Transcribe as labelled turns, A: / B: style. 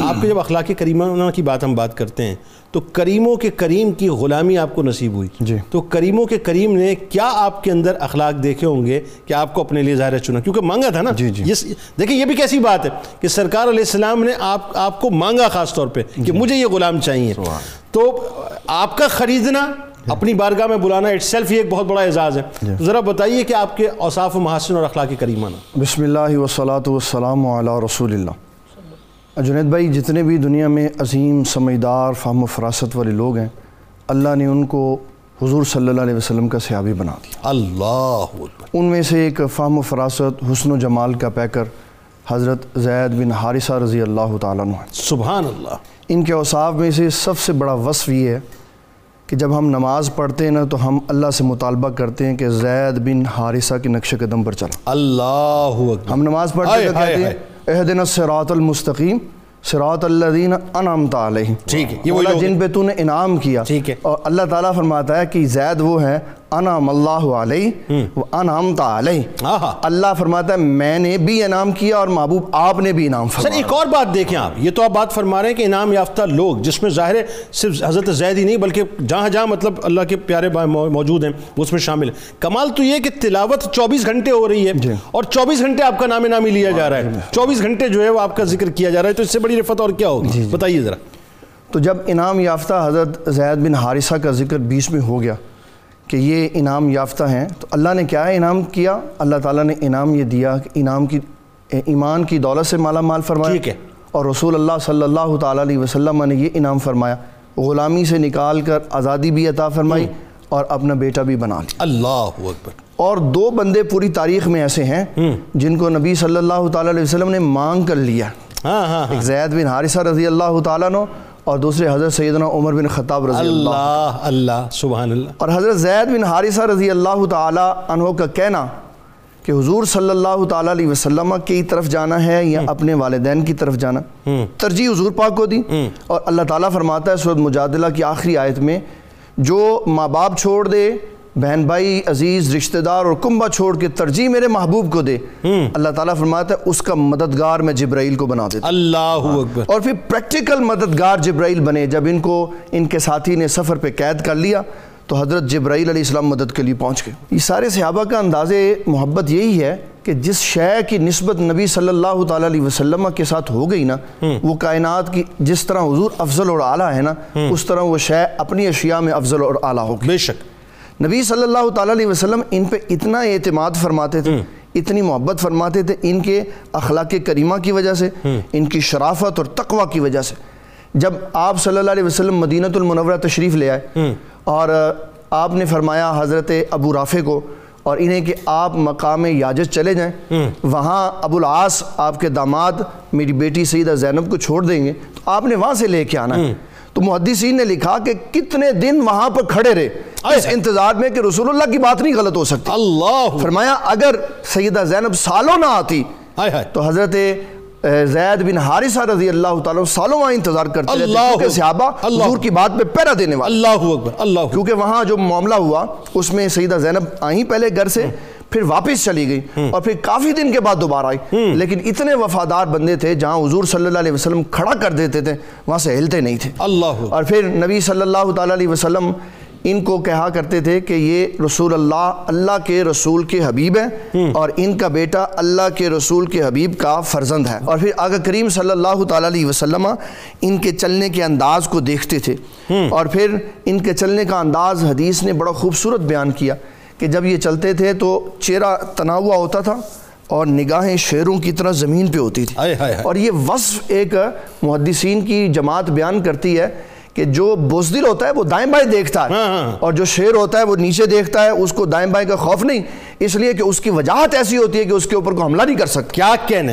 A: آپ کے جب اخلاقی کریمانہ کی بات ہم بات کرتے ہیں تو کریموں کے کریم کی غلامی آپ کو نصیب ہوئی
B: جی
A: تو کریموں کے کریم نے کیا آپ کے اندر اخلاق دیکھے ہوں گے کہ آپ کو اپنے لیے ظاہرہ چنا کیونکہ مانگا تھا نا
B: جی، جی۔
A: یہ- دیکھیں یہ بھی کیسی بات ہے کہ سرکار علیہ السلام نے آپ آپ کو مانگا خاص طور پہ کہ مجھے یہ غلام چاہیے تو آپ کا خریدنا اپنی بارگاہ میں بلانا اٹ سیلف یہ ایک بہت بڑا اعزاز ہے تو ذرا بتائیے کہ آپ کے اوصاف و محاسن اور اخلاقی کریمانہ
B: بسم اللہ وسلاۃ والسلام علی رسول اللہ جنید بھائی جتنے بھی دنیا میں عظیم سمجھدار فہم و فراست والے لوگ ہیں اللہ نے ان کو حضور صلی اللہ علیہ وسلم کا صحابی بنا دیا
A: اللہ
B: ان میں سے ایک فہم و فراست حسن و جمال کا پیکر حضرت زید بن حارثہ رضی اللہ تعالیٰ عنہ ہیں
A: سبحان اللہ
B: ان کے اوصاف میں سے سب سے بڑا وصف یہ ہے کہ جب ہم نماز پڑھتے ہیں نا تو ہم اللہ سے مطالبہ کرتے ہیں کہ زید بن حارثہ کے نقش قدم پر چلا
A: اللہ اکبر
B: ہم نماز پڑھتے
A: آئے،
B: ہیں تو کہتے
A: آئے،
B: ہیں اہدن الصراط المستقیم صراط الذین انعمت علیہم
A: ٹھیک ہے، یہ
B: یہ
A: وہی
B: وہ
A: لوگ
B: جن پہ تو نے انعام کیا
A: ٹھیک ہے۔
B: اور اللہ تعالیٰ فرماتا ہے کہ زید وہ ہیں انعم اللہ علیہ و انعمت علیہ
A: آہا
B: اللہ فرماتا ہے میں نے بھی انعام کیا اور محبوب آپ نے بھی انعام
A: سر
B: فرمایا
A: اچھا، ایک اور بات دیکھیں آپ یہ تو آپ بات فرما رہے ہیں کہ انعام یافتہ لوگ جس میں ظاہر ہے صرف حضرت زید ہی نہیں بلکہ جہاں جہاں مطلب اللہ کے پیارے با- مو- موجود ہیں وہ اس میں شامل ہیں کمال تو یہ کہ تلاوت چوبیس گھنٹے ہو رہی ہے
B: جی۔
A: اور چوبیس گھنٹے آپ کا نام نامی لیا جا رہا ہے چوبیس گھنٹے جو ہے وہ آپ کا ذکر کیا جا رہا ہے تو اس سے بڑی رفت اور کیا ہوگی بتائیے ذرا
B: تو جب انعام یافتہ حضرت زید بن حارثہ کا ذکر بیچ میں ہو گیا کہ یہ انعام یافتہ ہیں تو اللہ نے کیا انعام کیا اللہ تعالیٰ نے انعام یہ دیا کہ انعام کی ایمان کی دولت سے مالا مال فرمایا
A: ٹھیک ہے۔
B: اور رسول اللہ صلی اللہ تعالیٰ علیہ وسلم نے یہ انعام فرمایا غلامی سے نکال کر آزادی بھی عطا فرمائی اور اپنا بیٹا بھی بنا لیا
A: اللہ اکبر
B: اور دو بندے پوری تاریخ میں ایسے ہیں جن کو نبی صلی اللہ تعالیٰ علیہ وسلم نے مانگ کر لیا
A: ہاں ہاں ہاں
B: ایک زید بن حارثہ رضی اللہ تعالیٰ عنہ اور دوسرے حضرت سیدنا عمر بن خطاب رضی اللہ عنہ۔
A: اللہ اللہ سبحان اللہ
B: اور حضرت زید بن حارثہ رضی اللہ تعالیٰ عنہ کا کہنا کہ حضور صلی اللہ تعالیٰ علیہ وسلم کی طرف جانا ہے یا اپنے والدین کی طرف جانا ترجیح حضور پاک کو دی اور اللہ تعالیٰ فرماتا ہے سورت مجادلہ کی آخری آیت میں جو ماں باپ چھوڑ دے بہن بھائی عزیز رشتہ دار اور کنبہ چھوڑ کے ترجیح میرے محبوب کو دے اللہ تعالیٰ فرماتا ہے اس کا مددگار میں جبرائیل کو بنا دیتا ہوں۔
A: اللہ اکبر
B: اور پھر پریکٹیکل مددگار جبرائیل بنے جب ان کو ان کے ساتھی نے سفر پہ قید کر لیا تو حضرت جبرائیل علیہ السلام مدد کے لیے پہنچ گئے یہ سارے صحابہ کا انداز محبت یہی ہے کہ جس شے کی نسبت نبی صلی اللہ تعالیٰ علیہ وسلم کے ساتھ ہو گئی نا وہ کائنات کی جس طرح حضور افضل اور اعلیٰ ہے نا اس طرح وہ شے اپنی اشیاء میں افضل اور اعلیٰ ہوگی
A: بے شک
B: نبی صلی اللہ تعالیٰ علیہ وسلم ان پہ اتنا اعتماد فرماتے تھے اتنی محبت فرماتے تھے ان کے اخلاق کریمہ کی وجہ سے ان کی شرافت اور تقوی کی وجہ سے جب آپ صلی اللہ علیہ وسلم مدینہ المنورہ تشریف لے آئے اور آپ نے فرمایا حضرت ابو رافع کو اور انہیں کہ آپ مقام یاجت چلے جائیں وہاں ابو العاص آپ کے داماد میری بیٹی سیدہ زینب کو چھوڑ دیں گے تو آپ نے وہاں سے لے کے آنا ہے تو محدثین نے لکھا کہ کتنے دن وہاں پر کھڑے رہے اس انتظار میں کہ رسول اللہ کی بات نہیں غلط ہو سکتی
A: اللہ
B: فرمایا اگر سیدہ زینب سالوں نہ آتی
A: ہائے ہائے
B: تو حضرت اے، زید بن حارثہ رضی اللہ تعالیٰ عنہ سالوں وہاں انتظار کرتے رہتے
A: اللہ
B: کیونکہ صحابہ
A: اللہ
B: حضور کی بات پہ پیرا دینے والے
A: اللہ اکبر اللہ
B: کیونکہ وہاں جو معاملہ ہوا اس میں سیدہ زینب آئیں پہلے گھر سے پھر واپس چلی گئی اور پھر کافی دن کے بعد دوبارہ آئی لیکن اتنے وفادار بندے تھے جہاں حضور صلی اللہ علیہ وسلم کھڑا کر دیتے تھے وہاں سے ہلتے نہیں تھے
A: اللہ
B: اور پھر نبی صلی اللہ تعالیٰ علیہ وسلم ان کو کہا کرتے تھے کہ یہ رسول اللہ اللہ کے رسول کے حبیب ہیں اور ان کا بیٹا اللہ کے رسول کے حبیب کا فرزند ہے اور پھر آقا کریم صلی اللہ تعالیٰ علیہ وسلم ان کے چلنے کے انداز کو دیکھتے تھے اور پھر ان کے چلنے کا انداز حدیث نے بڑا خوبصورت بیان کیا کہ جب یہ چلتے تھے تو چہرہ تناوع ہوتا تھا اور نگاہیں شیروں کی طرح زمین پہ ہوتی تھی
A: ہائے ہائے ہائے
B: اور یہ وصف ایک محدثین کی جماعت بیان کرتی ہے کہ جو بزدل ہوتا ہے وہ دائیں بائیں دیکھتا ہے اور جو شیر ہوتا ہے وہ نیچے دیکھتا ہے اس کو دائیں بائیں کا خوف نہیں اس لیے کہ اس کی وجاہت ایسی ہوتی ہے کہ اس کے اوپر کو حملہ نہیں کر سکتا
A: کیا کہنے